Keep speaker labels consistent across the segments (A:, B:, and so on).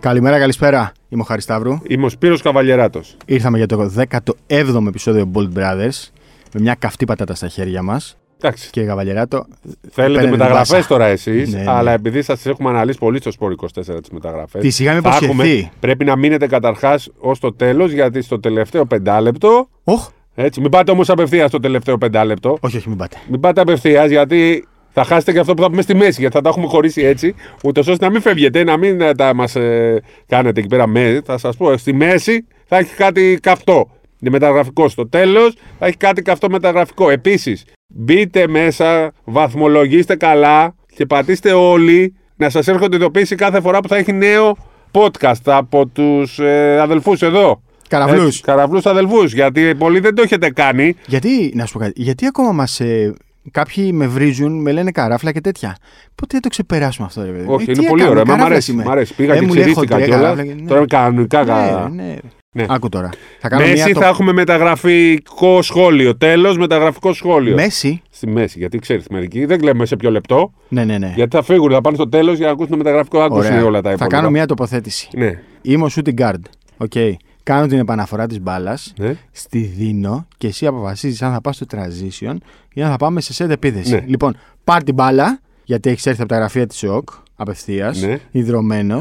A: Καλημέρα, καλησπέρα. Είμαι ο Χάρης Σταύρου.
B: Είμαι ο Σπύρος Καβαλιεράτος.
A: Ήρθαμε για το 17ο επεισόδιο Bold Brothers με μια καυτή πατάτα στα χέρια μας.
B: Εντάξει.
A: Κύριε Καβαλιεράτο,
B: Θέλετε
A: παίρνετε
B: μεταγραφές
A: μπάσα.
B: τώρα εσείς,
A: Ναι, ναι.
B: αλλά επειδή σας έχουμε αναλύσει πολύ στο Σπόρ 24 τις μεταγραφές.
A: Τις είχαμε υποσχεθεί.
B: Πρέπει να μείνετε καταρχάς ως το τέλος, γιατί στο τελευταίο πεντάλεπτο.
A: Οχ,
B: Έτσι, μην πάτε όμως απευθείας στο τελευταίο πεντάλεπτο.
A: όχι, όχι, μην πάτε.
B: Μην πάτε απευθείας, γιατί θα χάσετε και αυτό που θα πούμε στη μέση. Γιατί θα τα έχουμε χωρίσει έτσι, ούτως ώστε να μην φεύγετε, να μην ε, τα μας κάνετε εκεί πέρα με. Θα σας πω, στη μέση θα έχει κάτι καυτό μεταγραφικό. Στο τέλος θα έχει κάτι καυτό μεταγραφικό. Επίσης, μπείτε μέσα, βαθμολογήστε καλά και πατήστε όλοι να σας έρχονται ειδοποίηση κάθε φορά που θα έχει νέο podcast από τους ε, αδελφούς εδώ.
A: Καραβλούς.
B: Ε, καραβλούς αδελφούς, γιατί πολλοί δεν το έχετε κάνει.
A: Γιατί, να σου πω κάτι, γιατί ακόμα μας. κάποιοι με βρίζουν, με λένε καράφλα και τέτοια. Πότε θα το ξεπεράσουμε αυτό, ρε παιδί.
B: Όχι,
A: Ε, τι
B: είναι πολύ
A: έκανα,
B: ωραίο. Μα μ'
A: καράφλας
B: αρέσει,
A: είμαι.
B: μ' αρέσει. Πήγα
A: Ε,
B: και
A: μου λέει,
B: ξυρίχτηκα
A: «Έχω τρία
B: κιόλας.
A: καράφλα». Ναι.
B: Τώρα κανονικά. κα-
A: Ναι, ναι.
B: Ναι.
A: Άκου τώρα. Θα κάνω
B: Μέση
A: μια το-
B: θα έχουμε μεταγραφικό σχόλιο. Τέλος, μεταγραφικό σχόλιο.
A: Μέση.
B: Στη μέση, γιατί ξέρεις μερικοί δεν λέμε σε ποιο λεπτό.
A: Ναι, ναι, ναι.
B: Γιατί θα φύγουν, θα πάνε στο τέλος για να ακούσουν το μεταγραφικό. Άκουσε
A: Ωραία.
B: όλα τα υπόλοιπα.
A: Θα κάνω μια τοποθέτηση.
B: Ναι.
A: Είμαι ο shooting guard. Οκ. Κάνω την επαναφορά της μπάλας,
B: Ναι.
A: στη δίνω και εσύ αποφασίζεις αν θα πας στο transition ή αν θα πάμε σε set επίθεση.
B: Ναι.
A: Λοιπόν, πάρ την μπάλα, γιατί έχεις έρθει από τα γραφεία της ΟΚ απευθείας,
B: Ναι.
A: ιδρωμένος,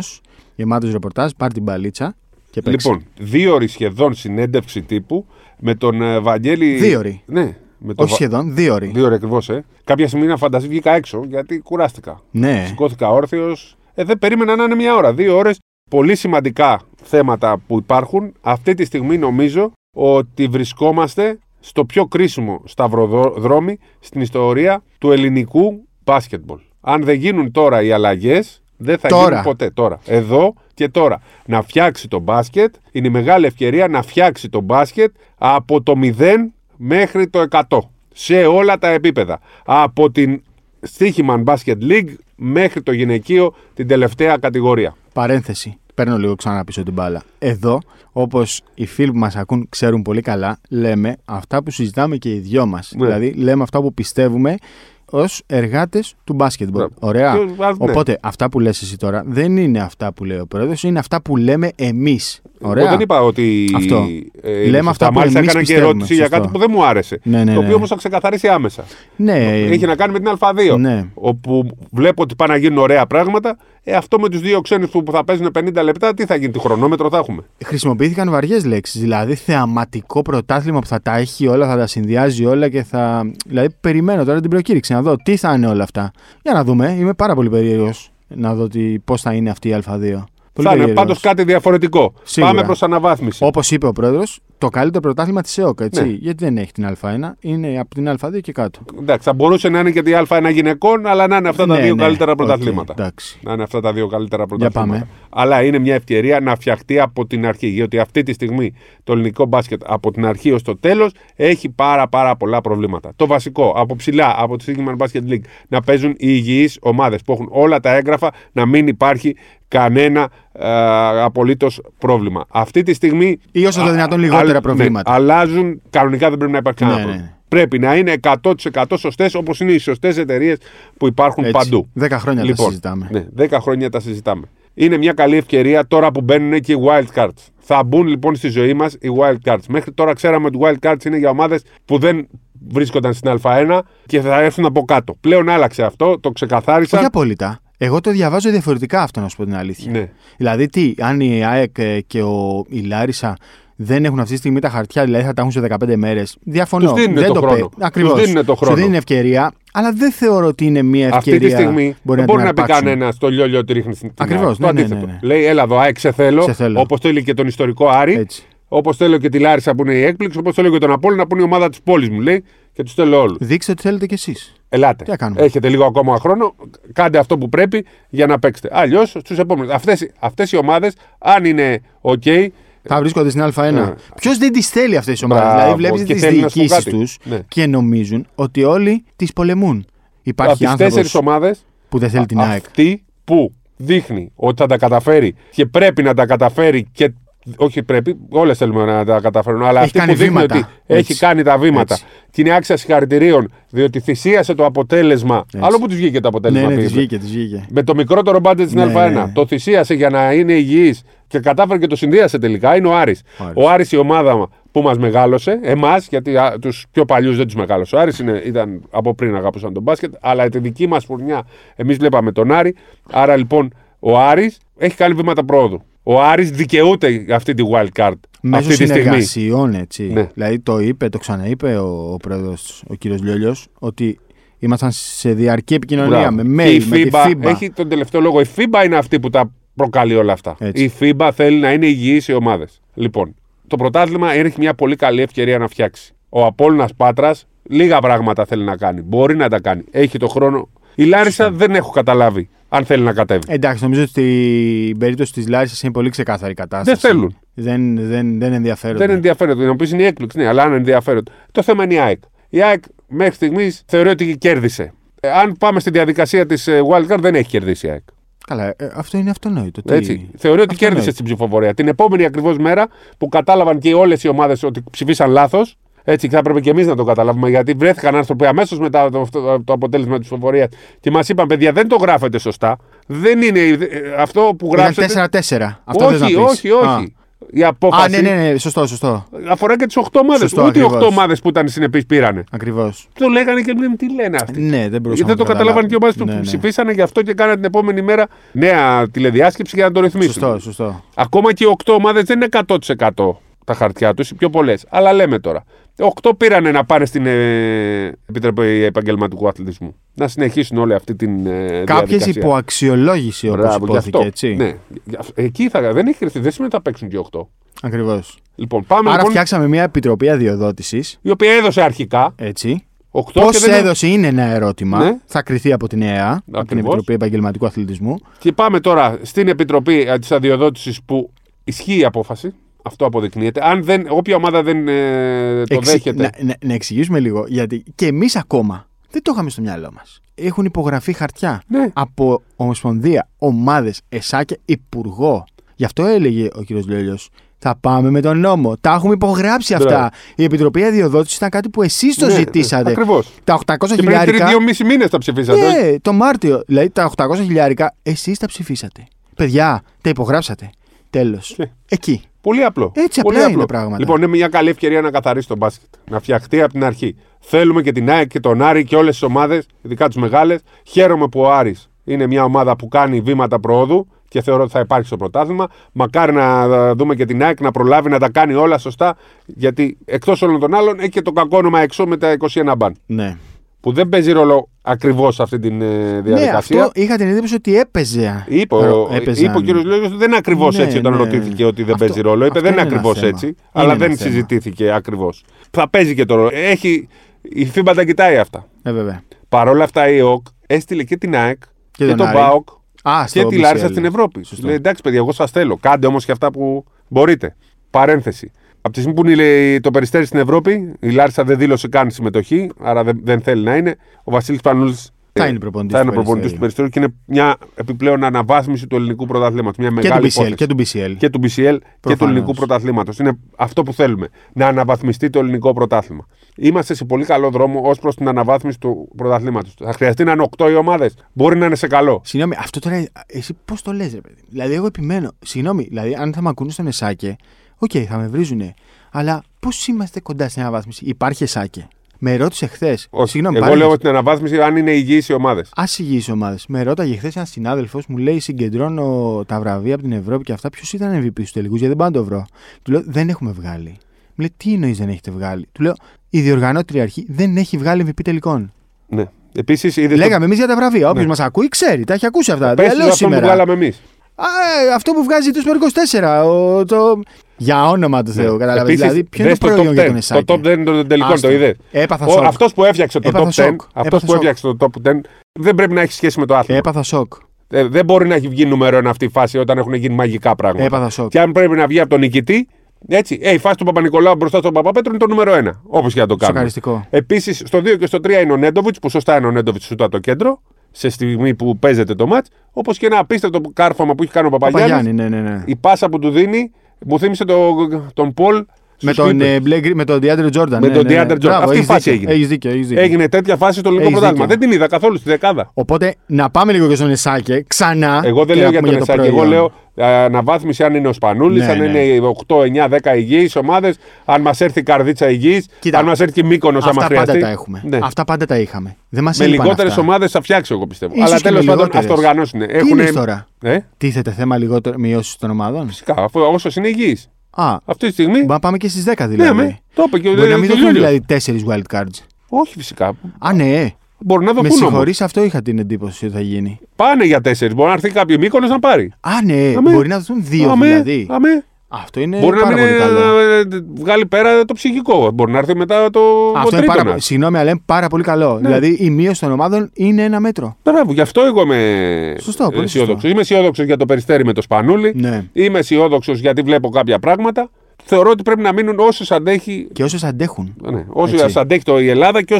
A: γεμάτος ρεπορτάζ, πάρ την μπαλίτσα και παίξει.
B: Λοιπόν, δύο ώρες σχεδόν συνέντευξη τύπου με τον ε, Βαγγέλη.
A: Δύο ώρες.
B: Ναι. Με τον
A: Όχι σχεδόν, δύο ώρες.
B: Δύο ώρες ακριβώς, ε. Κάποια στιγμή να φανταστείς βγήκα έξω γιατί κουράστηκα.
A: Ναι.
B: Σηκώθηκα όρθιος. Ε, δεν περίμενα να είναι μια ώρα. Δύο ώρες. Πολύ σημαντικά θέματα που υπάρχουν. Αυτή τη στιγμή νομίζω ότι βρισκόμαστε στο πιο κρίσιμο σταυροδρόμι στην ιστορία του ελληνικού μπάσκετμπολ. Αν δεν γίνουν τώρα οι αλλαγές, δεν θα
A: Τώρα.
B: γίνουν ποτέ. Τώρα. Εδώ και τώρα. Να φτιάξει το μπάσκετ είναι η μεγάλη ευκαιρία να φτιάξει το μπάσκετ από το 0 μέχρι το 100. Σε όλα τα επίπεδα. Από την Στίχημαν Basket League μέχρι το γυναικείο την τελευταία κατηγορία.
A: Παρένθεση. Παίρνω λίγο ξανά πίσω την μπάλα. Εδώ, όπως οι φίλοι που μας ακούν ξέρουν πολύ καλά, λέμε αυτά που συζητάμε και οι δυο μας.
B: Ναι.
A: Δηλαδή, λέμε αυτά που πιστεύουμε ως εργάτες του μπάσκετμπολ.
B: Μπράβο.
A: Ωραία.
B: Και, α, ναι.
A: Οπότε, αυτά που λες εσύ τώρα δεν είναι αυτά που λέει ο πρόεδρος, είναι αυτά που λέμε εμείς.
B: Εγώ
A: Ωραία.
B: δεν είπα ότι. ε,
A: Αυτό.
B: είναι
A: Λέμε
B: σωστά.
A: αυτά που
B: Μάλιστα,
A: εμείς
B: έκανα και
A: πιστεύουμε,
B: ερώτηση για
A: σωστό.
B: κάτι που δεν μου άρεσε.
A: Ναι, ναι,
B: το
A: ναι.
B: οποίο όμως θα ξεκαθαρίσει άμεσα.
A: Ναι,
B: Είχε να κάνει με την Α2.
A: Ναι.
B: Όπου βλέπω ότι πάνε να γίνουν ωραία πράγματα. Ε, αυτό με τους δύο ξένους που που θα παίζουν 50 λεπτά, τι θα γίνει, τι χρονόμετρο θα έχουμε.
A: χρησιμοποιήθηκαν βαριές λέξεις. Δηλαδή, θεαματικό πρωτάθλημα που θα τα έχει όλα, θα τα συνδυάζει όλα και θα. Δηλαδή, περιμένω τώρα την προκήρυξη να δω τι θα είναι όλα αυτά. Για να δούμε. Είμαι πάρα πολύ περίεργος να δω πώς θα είναι αυτή η Α2. Πολύ
B: θα είναι πάντως κάτι διαφορετικό.
A: Σίγουρα.
B: Πάμε προς αναβάθμιση.
A: Όπως είπε ο πρόεδρος, το καλύτερο πρωτάθλημα της ΕΟΚ. Έτσι.
B: Ναι.
A: Γιατί δεν έχει την Α1, είναι από την Α2 και κάτω.
B: Εντάξει, θα μπορούσε να είναι και τη Α1 γυναικών, αλλά να είναι αυτά τα
A: Ναι,
B: δύο
A: ναι.
B: καλύτερα
A: Οκ,
B: πρωταθλήματα.
A: εντάξει.
B: Να είναι αυτά τα δύο καλύτερα
A: Για
B: πρωταθλήματα.
A: πάμε.
B: Αλλά είναι μια ευκαιρία να φτιαχτεί από την αρχή. Γιατί αυτή τη στιγμή το ελληνικό μπάσκετ από την αρχή ως το τέλος έχει πάρα, πάρα πολλά προβλήματα. Το βασικό από ψηλά από τη Sigman Basket League να παίζουν οι υγιείς ομάδες που έχουν όλα τα έγγραφα, να μην υπάρχει κανένα απολύτως πρόβλημα. Αυτή τη στιγμή.
A: Ή όσο το
B: α-
A: δυνατόν
B: α-
A: λιγότερα
B: ναι,
A: προβλήματα.
B: αλλάζουν. Κανονικά δεν πρέπει να υπάρχει κανένα
A: Ναι, ναι,
B: πρόβλημα. Πρέπει να είναι 100% σωστές όπως είναι οι σωστές εταιρείες που υπάρχουν
A: Έτσι.
B: παντού.
A: Δέκα χρόνια τα συζητάμε.
B: Ναι, 10 χρόνια τα συζητάμε. Είναι μια καλή ευκαιρία τώρα που μπαίνουν και οι wild cards. Θα μπουν λοιπόν στη ζωή μας οι wild cards. Μέχρι τώρα ξέραμε ότι wild cards είναι για ομάδες που δεν βρίσκονταν στην Α1 και θα έρθουν από κάτω. Πλέον άλλαξε αυτό, το ξεκαθάρισαν.
A: Όχι απόλυτα. Εγώ το διαβάζω διαφορετικά αυτό, να σου πω την αλήθεια.
B: Ναι.
A: Δηλαδή, τι, αν η ΑΕΚ ε, και ο, η Λάρισα δεν έχουν αυτή τη στιγμή τα χαρτιά, δηλαδή θα τα έχουν σε 15 μέρες. Διαφωνώ.
B: Τους δίνουνε
A: δεν
B: το χρόνο.
A: πέ-
B: Τους
A: Ακριβώς.
B: δίνουνε το χρόνο.
A: Σου δίνουν ευκαιρία, αλλά δεν θεωρώ ότι είναι μια ευκαιρία.
B: Αυτή τη στιγμή
A: που
B: δεν
A: την
B: μπορεί να, πει
A: αρπάξουν.
B: κανένα το λιόλιο ότι ρίχνει στην
A: Ακριβώς,
B: ΑΕΚ. Το
A: ναι, ναι,
B: αντίθετο.
A: ναι, ναι.
B: Λέει, έλα εδώ, ΑΕΚ, σε θέλω.
A: Σε θέλω.
B: Όπως θέλει και τον ιστορικό Άρη.
A: Έτσι.
B: Όπως θέλω και τη Λάρισα που είναι η έκπληξη. Όπως θέλω και τον Απόλυνα που είναι η ομάδα της πόλης μου. Λέει και τους θέλω όλους.
A: Δείξτε ότι θέλετε κι εσείς.
B: Ελάτε.
A: Τι να κάνουμε.
B: Έχετε λίγο ακόμα χρόνο. Κάντε αυτό που πρέπει για να παίξετε. Αλλιώς στους επόμενους. Αυτές αυτές οι ομάδες, αν είναι OK,
A: Θα βρίσκονται στην Α1.
B: Ναι.
A: Ποιος δεν τις θέλει αυτές τι ομάδε.
B: Ε. Μπράβο,
A: Δηλαδή, βλέπεις
B: και
A: τις
B: θέλει να σου πω
A: διοικήσει
B: κάτι.
A: τους
B: Ναι.
A: και νομίζουν ότι όλοι τις πολεμούν.
B: από
A: Υπάρχει
B: τι τέσσερι
A: άνθρωπο
B: ομάδες,
A: που δεν θέλει την ΑΕΚ.
B: αυτή που δείχνει ότι θα τα καταφέρει και πρέπει να τα καταφέρει και Όχι, πρέπει, όλες θέλουμε να τα καταφέρουν. Αλλά
A: Έχει
B: αυτή
A: κάνει
B: που δείχνει
A: βήματα.
B: ότι
A: Έτσι.
B: έχει κάνει τα βήματα
A: Έτσι.
B: και είναι άξια συγχαρητηρίων, διότι θυσίασε το αποτέλεσμα. Άλλο που τους βγήκε το αποτέλεσμα.
A: Ναι, ναι, τη
B: πήγε.
A: βγήκε, τη βγήκε.
B: Με το μικρότερο μπάτζετ στην
A: Ναι,
B: Α1.
A: ναι, ναι.
B: Το θυσίασε για να είναι υγιής και κατάφερε και το συνδύασε τελικά. Είναι ο Άρης.
A: Ο Άρης.
B: Ο Άρης η ομάδα που μας μεγάλωσε, εμάς, γιατί τους πιο παλιούς δεν τους μεγάλωσε. Ο Άρης είναι, ήταν από πριν αγαπούσαν τον μπάσκετ, αλλά τη δική μας φουρνιά εμείς βλέπαμε τον Άρη. Άρα λοιπόν ο Άρης έχει κάνει βήματα πρόοδου. Ο Άρης δικαιούται αυτή τη wild card
A: Μέσω
B: αυτή τη στιγμή.
A: συνεργασιών, έτσι.
B: Ναι.
A: Δηλαδή το είπε, το ξαναείπε ο, ο πρόεδρος, ο κύριος Λιόλιος, ότι ήμασταν σε διαρκή επικοινωνία
B: Μπράβο.
A: με
B: Και
A: mail,
B: η
A: με τη
B: FIBA
A: FIBA.
B: έχει τον τελευταίο λόγο. Η FIBA είναι αυτή που τα προκαλεί όλα αυτά.
A: Έτσι.
B: Η FIBA θέλει να είναι υγιείς οι ομάδες. Λοιπόν, το πρωτάθλημα έχει μια πολύ καλή ευκαιρία να φτιάξει. Ο Απόλλωνας Πάτρας λίγα πράγματα θέλει να κάνει. Μπορεί να τα κάνει. Έχει το χρόνο. Η Λάρισα δεν έχω καταλάβει αν θέλει να κατέβει.
A: Εντάξει, νομίζω ότι στην περίπτωση της Λάρισας είναι πολύ ξεκάθαρη η κατάσταση.
B: Δεν θέλουν.
A: Δεν, δεν, δεν ενδιαφέρονται.
B: Δεν ενδιαφέρονται. Να πεις είναι η έκπληξη, ναι, αλλά αν ενδιαφέρονται. Το θέμα είναι η ΑΕΚ. Η ΑΕΚ μέχρι στιγμής θεωρεί ότι κέρδισε. Ε, αν πάμε στη διαδικασία της Wildcard, δεν έχει κερδίσει η ΑΕΚ.
A: Καλά, ε, αυτό είναι αυτονόητο. Τι-
B: Έτσι. Θεωρεί ότι
A: Αυτό
B: κέρδισε
A: ναι.
B: στην ψηφοφορία. Την επόμενη ακριβώς μέρα που κατάλαβαν και όλες οι ομάδες ότι ψηφίσαν λάθος. Έτσι, και θα έπρεπε και εμείς να το καταλάβουμε. Γιατί βρέθηκαν άνθρωποι αμέσως μετά το, αυτό- το αποτέλεσμα της ψηφοφορία και μας είπαν, παιδιά, δεν το γράφετε σωστά. Δεν είναι ε, ε, αυτό που
A: Ήταν
B: γράψετε.
A: 4-4. Αυτό θες να
B: όχι,
A: πεις.
B: όχι, όχι. Η
A: Α,
B: απόφαση
A: α ναι, ναι, ναι, σωστό, σωστό.
B: αφορά και τις 8 ομάδες.
A: Σωστό,
B: Ούτε οι 8
A: ακριβώς.
B: ομάδες που ήταν συνεπείς πήρανε.
A: Ακριβώς.
B: Το λέγανε και μου τι λένε αυτοί.
A: Ναι, δεν μπορούσα
B: Γιατί δεν το καταλάβαν και οι ομάδες που
A: Ναι, ναι.
B: ψηφίσανε γι' αυτό και κάνανε την επόμενη μέρα νέα τηλεδιάσκεψη για να το ρυθμίσουν.
A: Σωστό, σωστό.
B: Ακόμα και οι 8 ομάδες δεν είναι 100% τα χαρτιά τους, οι πιο πολλές. Αλλά λέμε τώρα. 8 πήρανε να πάνε στην ε, Επιτροπή Επαγγελματικού Αθλητισμού. Να συνεχίσουν όλη αυτή την. Ε,
A: Κάποιε
B: διαδικασία.
A: υποαξιολόγηση όπως
B: Μπράβο, γι'
A: υπόθηκε,
B: αυτό.
A: έτσι.
B: Ναι. Γι' αυ- Εκεί θα, δεν έχει κρυφτεί. Δεν σημαίνει ότι θα παίξουν και 8.
A: Ακριβώς.
B: Λοιπόν, πάμε
A: Άρα
B: λοιπόν.
A: φτιάξαμε μια επιτροπή αδειοδότησης.
B: Η οποία έδωσε αρχικά
A: Έτσι.
B: 8
A: Πώς
B: και, δεν...
A: έδωσε είναι ένα ερώτημα.
B: Ναι.
A: Θα κριθεί από την ΕΑ, από την
B: Ακριβώς.
A: Επιτροπή Επαγγελματικού Αθλητισμού.
B: και πάμε τώρα στην Επιτροπή της Αδειοδότησης που ισχύει η απόφαση. Αυτό αποδεικνύεται. Αν δεν, όποια ομάδα δεν ε, το
A: Εξι-
B: δέχεται.
A: Να, να, να εξηγήσουμε λίγο, γιατί και εμείς ακόμα δεν το είχαμε στο μυαλό μας. Έχουν υπογραφεί χαρτιά
B: Ναι.
A: από Ομοσπονδία, ομάδες, ΕΣΑ και Υπουργό. Γι' αυτό έλεγε ο κύριος Λιόλιο. Θα πάμε με τον νόμο. Τα έχουμε υπογράψει αυτά.
B: Μπράβο.
A: Η Επιτροπή Αδειοδότησης ήταν κάτι που εσείς το
B: Ναι, ναι,
A: ζητήσατε.
B: ακριβώς.
A: Τα 800
B: Και πριν
A: χιλιάρικα.
B: δύο μισή μήνες τα ψηφίσατε. όχι?
A: Ναι, το Μάρτιο. Δηλαδή τα 800 χιλιάρικα εσείς τα ψηφίσατε. Παιδιά, τα υπογράψατε. Τέλος.
B: Ναι.
A: Εκεί.
B: Πολύ απλό.
A: Έτσι
B: Πολύ
A: απλά είναι πράγματα.
B: Λοιπόν, είναι μια καλή ευκαιρία να καθαρίσει τον μπάσκετ. Να φτιαχτεί από την αρχή. Θέλουμε και την ΑΕΚ και τον Άρη και όλες τις ομάδες, ειδικά τις μεγάλες. Χαίρομαι που ο Άρης είναι μια ομάδα που κάνει βήματα προόδου και θεωρώ ότι θα υπάρχει στο πρωτάθλημα. Μακάρι να ε, δούμε και την ΑΕΚ να προλάβει να τα κάνει όλα σωστά. Γιατί εκτός όλων των άλλων έχει και το κακό όνομα εξώ με τα 21 μπαν.
A: Ναι.
B: Που δεν παίζει ρόλο ακριβώς αυτή την ε, διαδικασία.
A: Ναι, αυτό είχα την εντύπωση ότι έπαιζε.
B: Είπε, ο-
A: Ρο- έπαιζαν.
B: είπε ο κύριος Λόγιο ότι δεν είναι ακριβώς
A: Ναι,
B: έτσι όταν
A: ναι.
B: ρωτήθηκε ότι δεν
A: Αυτό-
B: παίζει ρόλο. Είπε
A: αυτό
B: δεν
A: είναι
B: είναι
A: ένα
B: ακριβώς
A: θέμα.
B: έτσι,
A: Είναι
B: αλλά
A: ένα
B: δεν
A: θέμα.
B: συζητήθηκε ακριβώς. Θα παίζει και το ρόλο. Έχει, η FIBA τα κοιτάει αυτά.
A: Ε, βέβαια.
B: Παρ' όλα αυτά η ΟΚ έστειλε και την ΑΕΚ και,
A: τον
B: τον
A: Άρη.
B: ΠΑΟΚ
A: Α,
B: και
A: στο
B: τη
A: BCL.
B: Λάρισα στην Ευρώπη.
A: Σωστό.
B: Λέει εντάξει παιδιά, εγώ σας θέλω. Κάντε όμως και αυτά που μπορείτε. Παρένθεση. Από τη στιγμή που είναι λέει, το περιστέρι στην Ευρώπη, η Λάρισα δεν δήλωσε καν συμμετοχή, άρα δεν, δεν θέλει να είναι. Ο Βασίλης Πανούλης
A: Θα είναι προπονητής
B: θα είναι
A: του
B: προπονητής του Περιστέριου και είναι μια επιπλέον αναβάθμιση του ελληνικού πρωταθλήματος. Μια
A: Και του
B: μεγάλη
A: BCL.
B: υπόθεση.
A: Και του BCL.
B: Και του BCL και του
A: Προφανώς.
B: ελληνικού πρωταθλήματος. Είναι αυτό που θέλουμε. Να αναβαθμιστεί το ελληνικό πρωτάθλημα. Είμαστε σε πολύ καλό δρόμο ως προς την αναβάθμιση του πρωταθλήματος. Θα χρειαστεί να είναι 8 οι ομάδες. Μπορεί να είναι σε καλό.
A: Συγγνώμη, αυτό τώρα εσύ πώς το λες, ρε παιδί. Δηλαδή, εγώ επιμένω. Συγγνώμη, δηλαδή, αν θα με ακούνε στον Εσάκε, οκ, θα με βρίζουνε. Αλλά πώς είμαστε κοντά στην αναβάθμιση, υπάρχει Εσάκε. Με ρώτησε χθες.
B: Όχι.
A: Συγγνώμη,
B: Εγώ λέω την αναβάθμιση αν είναι υγιείς οι ομάδες.
A: Ας ηγεί ομάδες. Με ρώταγε χθες ένας συνάδελφος, μου λέει: Συγκεντρώνω τα βραβεία από την Ευρώπη και αυτά. Ποιος ήταν MVP στους τελικούς, γιατί δεν πάω να το βρω. Του λέω: Δεν έχουμε βγάλει. Μου λέει: Τι εννοείς δεν έχετε βγάλει. Του λέω: Η διοργανώτρια αρχή δεν έχει βγάλει MVP τελικών.
B: Ναι. Επίσης, είδες.
A: Λέγαμε εμείς για τα βραβεία.
B: Ναι.
A: Όποιος μας μα ακούει, ξέρει, τα έχει ακούσει αυτά.
B: Πες
A: Δεν λέω
B: Ε, αυτό που
A: σήμερα.
B: βγάλαμε εμείς.
A: Α, ε, αυτό που βγάζει του με 24. Ο, το... Για όνομα τους Θεού, καταλαβαίνετε. Δηλαδή, ποιο είναι το προϊόν για τον Εσάκη.
B: Ναι. Το top 10 των τελικών,
A: Άστο.
B: το είδες.
A: Έπαθα
B: Ο-
A: σοκ.
B: αυτός που έφτιαξε το
A: Έπαθα
B: top 10,
A: σοκ.
B: αυτός
A: Έπαθα
B: που
A: σοκ.
B: έφτιαξε το top 10 δεν πρέπει να έχει σχέση με το άθλημα.
A: Έπαθα σοκ.
B: Ε, δεν μπορεί να έχει βγει νούμερο ένα αυτή η φάση όταν έχουν γίνει μαγικά πράγματα.
A: Έπαθα σοκ.
B: Και αν πρέπει να βγει από τον νικητή, έτσι. Ε, η φάση του Παπα-Νικολάου μπροστά στον Παπαπέτρου είναι το νούμερο ένα. Όπως και να το κάνουμε.
A: Σοκαριστικό.
B: Επίσης, στο 2 και στο 3 είναι ο Νέντοβιτ, που σωστά είναι ο Νέντοβιτ σου το κέντρο, σε στιγμή που παίζεται το ματ. Όπως και ένα απίστευτο κάρφωμα που έχει κάνει ο Παπαγιάννης.
A: Παπαγιάννη, ναι, ναι, ναι.
B: Η πάσα που του δίνει Μου θύμισε το, τον Πολ
A: Με
B: στους
A: τον,
B: Clippers.
A: ε, μπλε γκρι- με τον DeAndre Jordan. Ναι,
B: Με τον DeAndre Jordan.
A: Μπράβο,
B: Αυτή η
A: έχεις δίκιο,
B: φάση έγινε.
A: Έχεις δίκιο, έχεις δίκιο.
B: Έγινε τέτοια φάση στο ελληνικό
A: Έχεις
B: πρωτάθλημα.
A: δίκιο.
B: Δεν την είδα καθόλου στη δεκάδα.
A: Οπότε να πάμε λίγο και στον Εσάκε ξανά.
B: Εγώ δεν
A: και να
B: λέω για
A: πούμε
B: τον Εσάκη. Εγώ
A: προϊόν.
B: λέω ε, αναβάθμιση αν είναι ο Σπανούλης,
A: Ναι,
B: αν
A: ναι.
B: είναι 8, 9, 10 υγιείς ομάδες, αν μας έρθει η καρδίτσα υγιής,
A: Κοίτα,
B: αν μας έρθει η Μύκονος άμα
A: Αυτά
B: χρειαστεί.
A: πάντα τα έχουμε.
B: Ναι.
A: Αυτά πάντα τα είχαμε. Δεν μας
B: Με λιγότερε
A: ομάδε.
B: ομάδες θα φτιάξει, εγώ πιστεύω.
A: Ίσως
B: Αλλά
A: και με
B: τέλο πάντων
A: λιγότερες.
B: αυτοοργανώσουν.
A: Τι είναι τώρα.
B: Ε,
A: Τίθεται θέμα λιγότερο μειώσεις των ομάδων.
B: φυσικά, αφού όσο είναι υγιή.
A: Α,
B: Αυτή τη στιγμή.
A: Μπορεί να πάμε και στις 10
B: ναι,
A: δηλαδή.
B: με, το είπε και ο
A: Μπορεί να μην
B: και ο
A: δοθούν
B: Γιώργος.
A: δηλαδή 4 wild cards.
B: Όχι, φυσικά.
A: Α, ναι.
B: Μπορεί να
A: Με
B: δοθούν όμω.
A: συγχωρείς, αυτό είχα την εντύπωση ότι θα γίνει.
B: Πάνε για τέσσερις. Μπορεί να έρθει κάποιο μήκονος να πάρει.
A: Α, ναι.
B: Αμέ.
A: Μπορεί να δοθούν δύο
B: Αμέ,
A: δηλαδή.
B: αμέ.
A: Αυτό είναι
B: Μπορεί να
A: πάρα
B: μην
A: πολύ
B: ε,
A: καλό.
B: ε, βγάλει πέρα το ψυχικό. Μπορεί να έρθει μετά το. ο
A: Αυτό είναι πάρα,
B: τρίτονας.
A: πο- συγγνώμη, αλλά είναι πάρα πολύ
B: Ναι.
A: καλό. Δηλαδή η μείωση των ομάδων είναι ένα μέτρο.
B: Μπράβο, γι' αυτό εγώ είμαι ε,
A: Σωστό, πολύ σωστό.
B: αισιόδοξο. Είμαι αισιόδοξος για το περιστέρι με το σπανούλι.
A: Ναι.
B: Είμαι αισιόδοξος γιατί βλέπω κάποια πράγματα. Θεωρώ ότι πρέπει να μείνουν όσου αντέχει.
A: Και όσες αντέχουν.
B: Ναι, όσους
A: Έτσι.
B: αντέχει το, η Ελλάδα και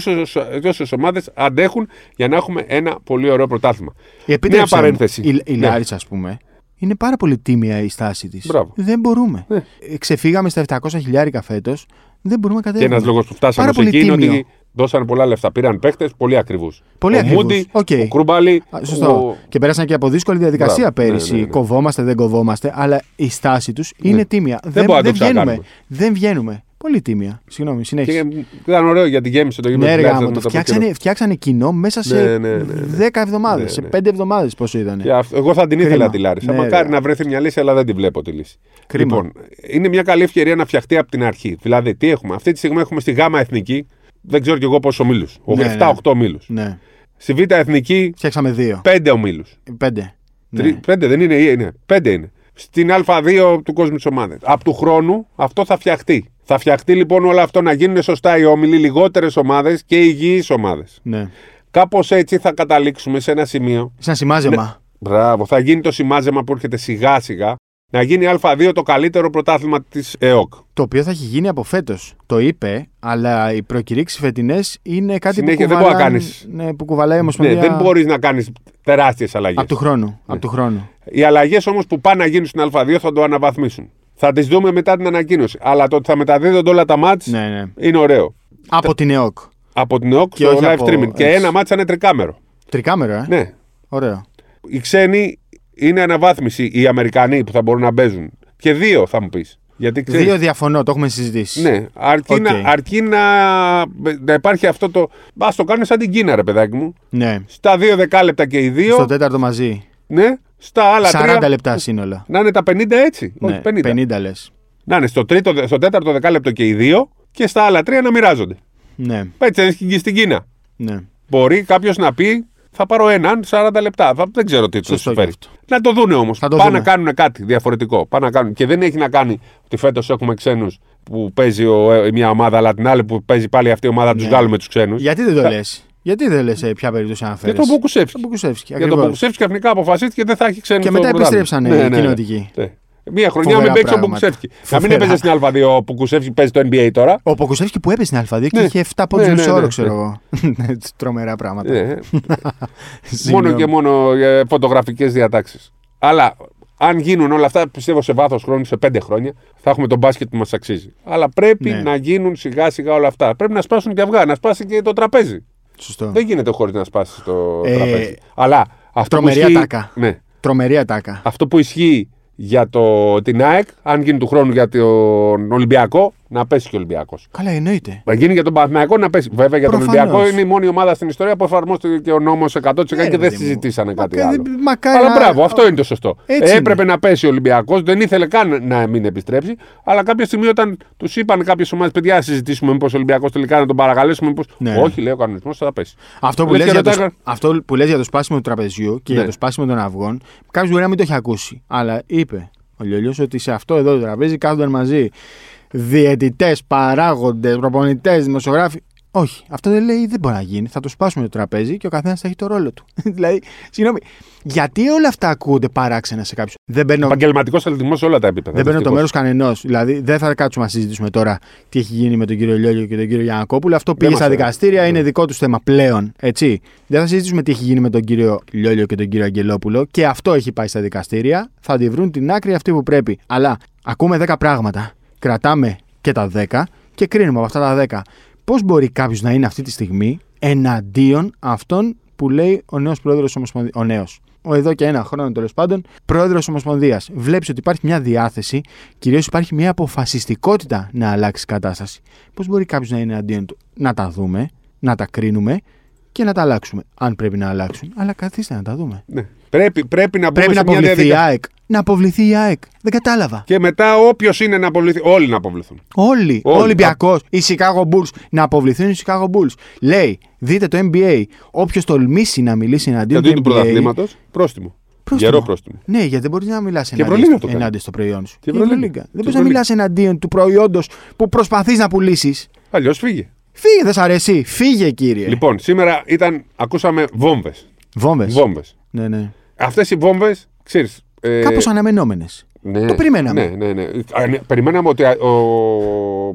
B: όσε ομάδες αντέχουν για να έχουμε ένα πολύ ωραίο πρωτάθλημα.
A: Επίτρεψέ μου,
B: παρένθεση.
A: Η, η
B: Ναι.
A: Λάρισα, ας πούμε, είναι πάρα πολύ τίμια η στάση της.
B: Μπράβο.
A: Δεν μπορούμε.
B: Ναι.
A: Ε, Ξεφύγαμε στα 700 χιλιάρικα φέτος. Δεν μπορούμε να
B: Και
A: κατέβουμε.
B: ένας λόγος που φτάσαμε
A: Ε, Πάρα
B: σε
A: πολύ
B: εκεί είναι
A: τίμιο.
B: ότι δώσαν πολλά λεφτά. Πήραν παίχτε πολύ ακριβούς.
A: Πολύ
B: ο
A: ακριβούς.
B: Μούντι,
A: Οκ.
B: ο Κρούμπαλι.
A: Α, Σωστό.
B: Ο...
A: Και πέρασαν και από δύσκολη διαδικασία
B: Μπράβο.
A: πέρυσι.
B: Ναι, ναι, ναι.
A: Κοβόμαστε, δεν κοβόμαστε, αλλά η στάση τους είναι τίμια. Δεν,
B: μπορούμε να το
A: βγαίνουμε.
B: ξανακάνουμε.
A: Δεν βγαίνουμε. Πολύ τίμια. Συγγνώμη, συνέχισε.
B: Και ήταν ωραίο γιατί γέμισε το γήπεδο.
A: Ναι, ρε
B: τουλάχιστον
A: γάμο,
B: μετά
A: το
B: από
A: φτιάξανε,
B: καιρό.
A: φτιάξανε κοινό μέσα σε 10
B: Ναι, ναι, ναι, ναι.
A: εβδομάδες,
B: Ναι,
A: σε
B: ναι.
A: 5 εβδομάδες πόσο ήταν.
B: Και αυτό- εγώ θα την ήθελα
A: Κρίμα.
B: τη Λάρισα.
A: Ναι,
B: Μακάρι
A: ρε.
B: να βρεθεί μια λύση, αλλά δεν τη βλέπω τη λύση.
A: Κρίμα.
B: Λοιπόν, είναι μια καλή ευκαιρία να φτιαχτεί από την αρχή. Δηλαδή, τι έχουμε. Αυτή τη στιγμή έχουμε στη Γάμα Εθνική, δεν ξέρω κι εγώ πόσο ομίλους.
A: Ναι, ναι.
B: 7-8 ομίλους.
A: Ναι.
B: Στη Β' Εθνική,
A: Φτιάξαμε δύο.
B: 5 ομίλους.
A: Πέντε. Ναι.
B: Τρι- Πέντε δεν είναι, ή είναι. Πέντε είναι. Στην Α2 του κόσμου της ομάδας. Από του χρόνου αυτό θα φτιαχτεί. Θα φτιαχτεί λοιπόν όλο αυτό να γίνουν σωστά οι όμιλοι, λιγότερες ομάδες και υγιείς ομάδες.
A: Ναι.
B: Κάπως έτσι θα καταλήξουμε σε ένα σημείο.
A: Σε ένα
B: Ναι.
A: σημάζεμα.
B: Μπράβο, θα γίνει το σημάζεμα που έρχεται σιγά σιγά να γίνει Α2 το καλύτερο πρωτάθλημα της ΕΟΚ.
A: Το οποίο θα έχει γίνει από φέτος. Το είπε, αλλά οι προκηρύξεις φετινές είναι κάτι
B: Συνέχεια,
A: που,
B: δεν μπορεί
A: κουβαλάν-
B: να κάνεις.
A: ναι, που κουβαλάει η
B: Ναι,
A: Ομοσπονδία.
B: δεν μπορείς Ναι. να κάνεις τεράστιες αλλαγές.
A: Από του χρόνου. Από του χρόνου.
B: Οι αλλαγές όμως που πάνε να γίνουν στην Α2 θα το αναβαθμίσουν. Θα τις δούμε μετά την ανακοίνωση. Αλλά το ότι θα μεταδίδονται όλα τα μάτς
A: Ναι, ναι.
B: είναι ωραίο.
A: Από την ΕΟΚ.
B: Από την ΕΟΚ
A: Και
B: στο
A: όχι
B: live
A: από-
B: streaming. Και
A: έτσι.
B: ένα μάτσα είναι τρικάμερο.
A: Τρικάμερο, ε.
B: Ναι.
A: Ωραίο.
B: Οι ξένοι είναι αναβάθμιση οι Αμερικανοί που θα μπορούν να παίζουν. Και δύο θα μου πεις. Γιατί ξέρεις,
A: Δύο διαφωνώ, το έχουμε συζητήσει.
B: Ναι, αρκεί,
A: Οκ.
B: να, αρκεί να, να υπάρχει αυτό το. Ας το κάνουν σαν την Κίνα, ρε παιδάκι μου.
A: Ναι.
B: Στα δύο δεκάλεπτα και οι δύο.
A: Στο τέταρτο μαζί.
B: Ναι, στα άλλα
A: 40
B: τρία.
A: λεπτά σύνολα.
B: Να είναι τα 50 έτσι.
A: Ναι,
B: όχι 50.
A: 50 λες.
B: Να είναι στο, τρίτο, στο τέταρτο δεκάλεπτο και οι δύο και στα άλλα τρία να μοιράζονται.
A: Ναι,
B: Έτσι δεν είναι και στην Κίνα.
A: ναι.
B: Μπορεί κάποιος να πει θα πάρω έναν 40 λεπτά. Θα, δεν ξέρω τι τους
A: Σωστό
B: φέρει.
A: και αυτό.
B: Να το δούνε όμως.
A: Θα το
B: Πάνε
A: δούμε.
B: να κάνουν κάτι διαφορετικό. Πάνε να κάνουν. Και δεν έχει να κάνει ότι φέτος έχουμε ξένους που παίζει ο, ε, μια ομάδα, αλλά την άλλη που παίζει πάλι αυτή η ομάδα τους
A: Ναι.
B: βγάλουμε τους ξένους.
A: Γιατί δεν το
B: Θα-
A: λες. Γιατί δεν λες ποια περίπτωση
B: Ε. Για
A: αναφέρει.
B: τον Μπουκουσέφσκι. Για τον Μπουκουσέφσκι καθνικά αποφασίστηκε δεν θα έχει ξένους.
A: Και
B: στο
A: μετά
B: πρωτάθλημα.
A: επιστρέψανε οι κοινοτικοί.
B: Ναι. Μία χρονιά
A: Φοβερά
B: μην παίξει ο
A: πράγματα.
B: Μπουκουσέφσκι. Να μην
A: Φοβερά.
B: έπαιζε στην Α2 ο Μπουκουσέφσκι παίζει το NBA τώρα.
A: Ο Ποκουσέφσκι που έπεσε στην Α2 και
B: Ναι.
A: είχε 7 πόντου
B: Ναι, ναι,
A: μισό
B: ναι,
A: όρο,
B: ναι.
A: ξέρω εγώ. Έτσι, Τρομερά πράγματα.
B: Ναι.
A: Συγγνώμη.
B: μόνο και μόνο ε, φωτογραφικές διατάξεις. Αλλά αν γίνουν όλα αυτά, πιστεύω σε βάθος χρόνου, σε πέντε χρόνια, θα έχουμε τον μπάσκετ που μας αξίζει. Αλλά πρέπει
A: Ναι.
B: να γίνουν σιγά σιγά όλα αυτά. Πρέπει να σπάσουν και αυγά, να σπάσει και το τραπέζι.
A: Σωστό.
B: Δεν γίνεται χωρίς να σπάσεις το
A: Ε,
B: τραπέζι. Αλλά αυτό που,
A: τρομερή
B: ισχύει,
A: ατάκα.
B: ναι,
A: Τρομερή ατάκα.
B: αυτό που ισχύει για το, την ΑΕΚ, αν γίνει του χρόνου για τον Ολυμπιακό, να πέσει και ο Ολυμπιακός.
A: Καλά, εννοείται.
B: Να γίνει για τον Παναθηναϊκό να πέσει. Βέβαια για τον
A: Προφανώς.
B: Ολυμπιακό είναι η μόνη ομάδα στην ιστορία που εφαρμόστηκε και ο νόμος 100%
A: Ναι,
B: και
A: ρε,
B: δεν
A: παιδί μου.
B: συζητήσανε κάτι
A: Μακάρι-
B: άλλο.
A: μακάρι
B: αλλά
A: να-
B: μπράβο, αυτό είναι το σωστό.
A: Έτσι
B: Έπρεπε να πέσει ο Ολυμπιακός, δεν ήθελε καν να μην επιστρέψει. Αλλά κάποια στιγμή όταν τους είπαν κάποιες ομάδες, παιδιά, να συζητήσουμε μήπως ο Ολυμπιακός τελικά να τον παρακαλέσουμε. Μήπως...
A: Ναι.
B: Όχι, λέει ο κανονισμός, θα πέσει.
A: Αυτό που,
B: Λες
A: λες
B: και
A: για το,
B: ρωτάγα-
A: σ- αυτό που λες για το σπάσιμο του τραπεζιού και
B: Ναι.
A: για το σπάσιμο των αυγών, κάποιος μπορεί να μην το έχει ακούσει. Αλλά είπε ο Λιολιό ότι σε αυτό εδώ το τραπέζι κάθονταν μαζί διαιτητές, παράγοντες, προπονητές, δημοσιογράφοι. Όχι, αυτό δεν λέει δεν μπορεί να γίνει. Θα το σπάσουμε το τραπέζι και ο καθένας θα έχει το ρόλο του. δηλαδή, συγγνώμη, γιατί όλα αυτά ακούγονται παράξενα σε κάποιους. Δεν παίρνω,
B: Επαγγελματικός αθλητισμό σε όλα τα επίπεδα.
A: δεν παίρνω το
B: δυστυχώς.
A: μέρος κανενός. Δηλαδή, δεν θα κάτσουμε να συζητήσουμε τώρα τι έχει γίνει με τον κύριο Λιόλιο και τον κύριο Γιανακόπουλο. Αυτό πήγε
B: μας
A: στα
B: νοιάζει.
A: δικαστήρια,
B: Ναι.
A: είναι δικό τους θέμα πλέον. Έτσι. Δεν θα συζητήσουμε τι έχει γίνει με τον κύριο Λιόλιο και τον κύριο Αγγελόπουλο. Και αυτό έχει πάει στα δικαστήρια. Θα τη βρουν την άκρη αυτή που πρέπει. Αλλά ακούμε 10 πράγματα. Κρατάμε και τα 10 και κρίνουμε από αυτά τα 10. Πώς μπορεί κάποιος να είναι αυτή τη στιγμή εναντίον αυτών που λέει ο νέος πρόεδρος Ομοσπονδία. Ο νέος. Ο εδώ και ένα χρόνο τέλος πάντων πρόεδρος Ομοσπονδίας. Βλέπεις ότι υπάρχει μια διάθεση, κυρίως υπάρχει μια αποφασιστικότητα να αλλάξει κατάσταση. Πώς μπορεί κάποιος να είναι εναντίον του, να τα δούμε, να τα κρίνουμε και να τα αλλάξουμε. Αν πρέπει να αλλάξουν. Αλλά καθίστε να τα δούμε.
B: Ναι. Πρέπει, πρέπει να μπούμε
A: Πρέπει να
B: σε μια
A: αποβληθεί η
B: διαδικασία.
A: ΑΕΚ. Να αποβληθεί η ΑΕΚ. Δεν κατάλαβα.
B: Και μετά όποιος είναι να αποβληθεί. Όλοι να αποβληθούν.
A: Όλοι.
B: Όλοι.
A: Ο Ολυμπιακός, οι Chicago Bulls. Να αποβληθούν οι Chicago Bulls. Λέει, δείτε το NBA. Όποιος τολμήσει να μιλήσει εναντίον
B: Γιατί
A: του
B: του
A: NBA.
B: πρωταθλήματος πρόστιμο.
A: Πρόστιμο.
B: Γερό πρόστιμο.
A: Ναι, γιατί δεν μπορείς να μιλάς
B: Ευρωλίγα αυτό
A: εναντίον,
B: κάνει.
A: ενάντια στο προϊόν σου. Και
B: Ευρωλίγα.
A: Ευρωλίγα.
B: Και
A: Δεν μπορείς να
B: Ευρωλίγα.
A: μιλάς εναντίον του προϊόντος που προσπαθείς να πουλήσεις.
B: Αλλιώς φύγε.
A: Φύγε, δεν σ' αρέσει. Φύγε, κύριε.
B: Λοιπόν, σήμερα ήταν, ακούσαμε βόμβες.
A: Βόμβες.
B: Βόμβες.
A: Ναι, ναι.
B: Αυτές οι βόμβες, ξέρεις. Ε,
A: Κάπως αναμενόμενες.
B: ναι,
A: το περιμέναμε.
B: Ναι, ναι, ναι. Α, ναι, Περιμέναμε ότι α, ο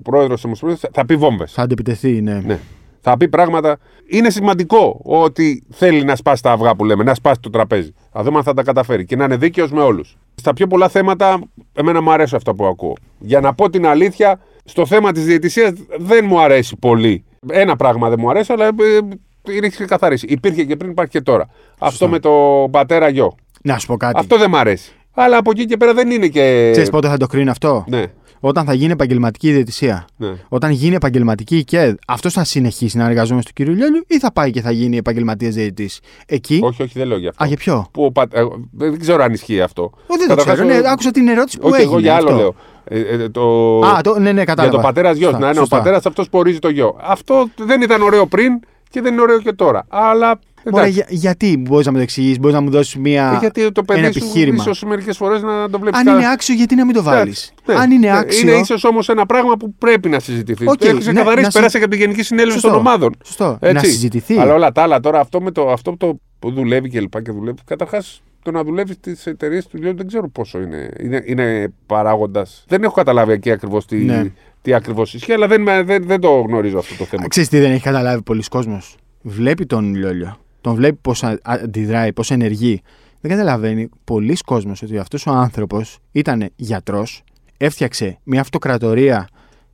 B: πρόεδρος της Ομοσπονδίας θα πει βόμβες.
A: Θα αντεπιτεθεί, ναι.
B: Ναι. Θα πει πράγματα. Είναι σημαντικό ότι θέλει να σπάσει τα αυγά που λέμε, να σπάσει το τραπέζι. Θα δούμε αν θα τα καταφέρει και να είναι δίκαιος με όλους. Στα πιο πολλά θέματα, εμένα μου αρέσουν αυτά που ακούω. Για να πω την αλήθεια, στο θέμα της διαιτησίας δεν μου αρέσει πολύ. Ένα πράγμα δεν μου αρέσει, αλλά ε, ε, είναι ξεκαθαρίσει. Υπήρχε και πριν, υπάρχει και τώρα. Αυτό με το πατέρα γιο.
A: Να σου πω κάτι.
B: Αυτό δεν μου αρέσει. Αλλά από εκεί και πέρα δεν είναι και.
A: Ξέρεις πότε θα το κρίνει αυτό.
B: Ναι.
A: Όταν θα γίνει επαγγελματική διαιτησία.
B: Ναι.
A: Όταν γίνει επαγγελματική η ΚΕΔ, αυτός θα συνεχίσει να εργαζόμενο του κύριου Λιόλιου ή θα πάει και θα γίνει επαγγελματίας διαιτητής. Εκεί.
B: Όχι, όχι, δεν λέω για αυτό.
A: Α, για ποιο.
B: Που ο πατ- ε, Δεν ξέρω αν ισχύει αυτό.
A: Ο, δεν το
B: Καταρχάς,
A: ξέρω.
B: ο-
A: Ναι, άκουσα την ερώτηση που
B: Όχι,
A: έγινε.
B: εγώ για άλλο
A: αυτό.
B: λέω. Ε, ε, το...
A: Α, το, ναι, ναι,
B: Για
A: κατάλαβα.
B: το πατέρας γιος.
A: Σωστά,
B: Να είναι ο
A: σωστά.
B: πατέρας αυτός που ορίζει το γιο. Αυτό δεν ήταν ωραίο πριν και δεν είναι ωραίο και τώρα. Αλλά.
A: Μωρέ,
B: εντάξει.
A: για- γιατί μπορείς να μου το εξηγήσει, μπορείς να μου δώσεις μια.
B: Ε, γιατί το
A: ένα
B: παιδί σου
A: επιχείρημα.
B: ίσως μερικές φορές να το βλέπεις
A: Αν είναι άξιο, γιατί να μην το βάλεις. Αν είναι άξιο.
B: ναι. Ε, Είναι ίσως όμως ένα πράγμα που πρέπει να συζητηθεί.
A: Οκ,
B: το έχει
A: ναι,
B: ξεκαθαρίσει.
A: να συ-
B: Πέρασε και από τη Γενική Συνέλευση
A: Σωστό.
B: των Ομάδων.
A: Σωστό. Να
B: Έτσι.
A: συζητηθεί.
B: Αλλά όλα τα άλλα τώρα, αυτό, με το, αυτό το που δουλεύει και λοιπά και δουλεύει. Καταρχάς, το να δουλεύεις στις εταιρείες του Λιόν δεν ξέρω πόσο είναι. Είναι, είναι παράγοντας. Δεν έχω καταλάβει εκεί ακριβώς τι,
A: Ναι.
B: τι ακριβώς ισχύει, αλλά δεν, με- δεν, δεν το γνωρίζω αυτό το θέμα.
A: Ξέρεις τι δεν έχει καταλάβει πολλοί κόσμος. Βλέπει τον Λιόλιο. Τον βλέπει πώς α- αντιδράει, πώς ενεργεί. Δεν καταλαβαίνει πολλοί κόσμος ότι αυτός ο άνθρωπος ήταν γιατρός, έφτιαξε μια αυτοκρατορία,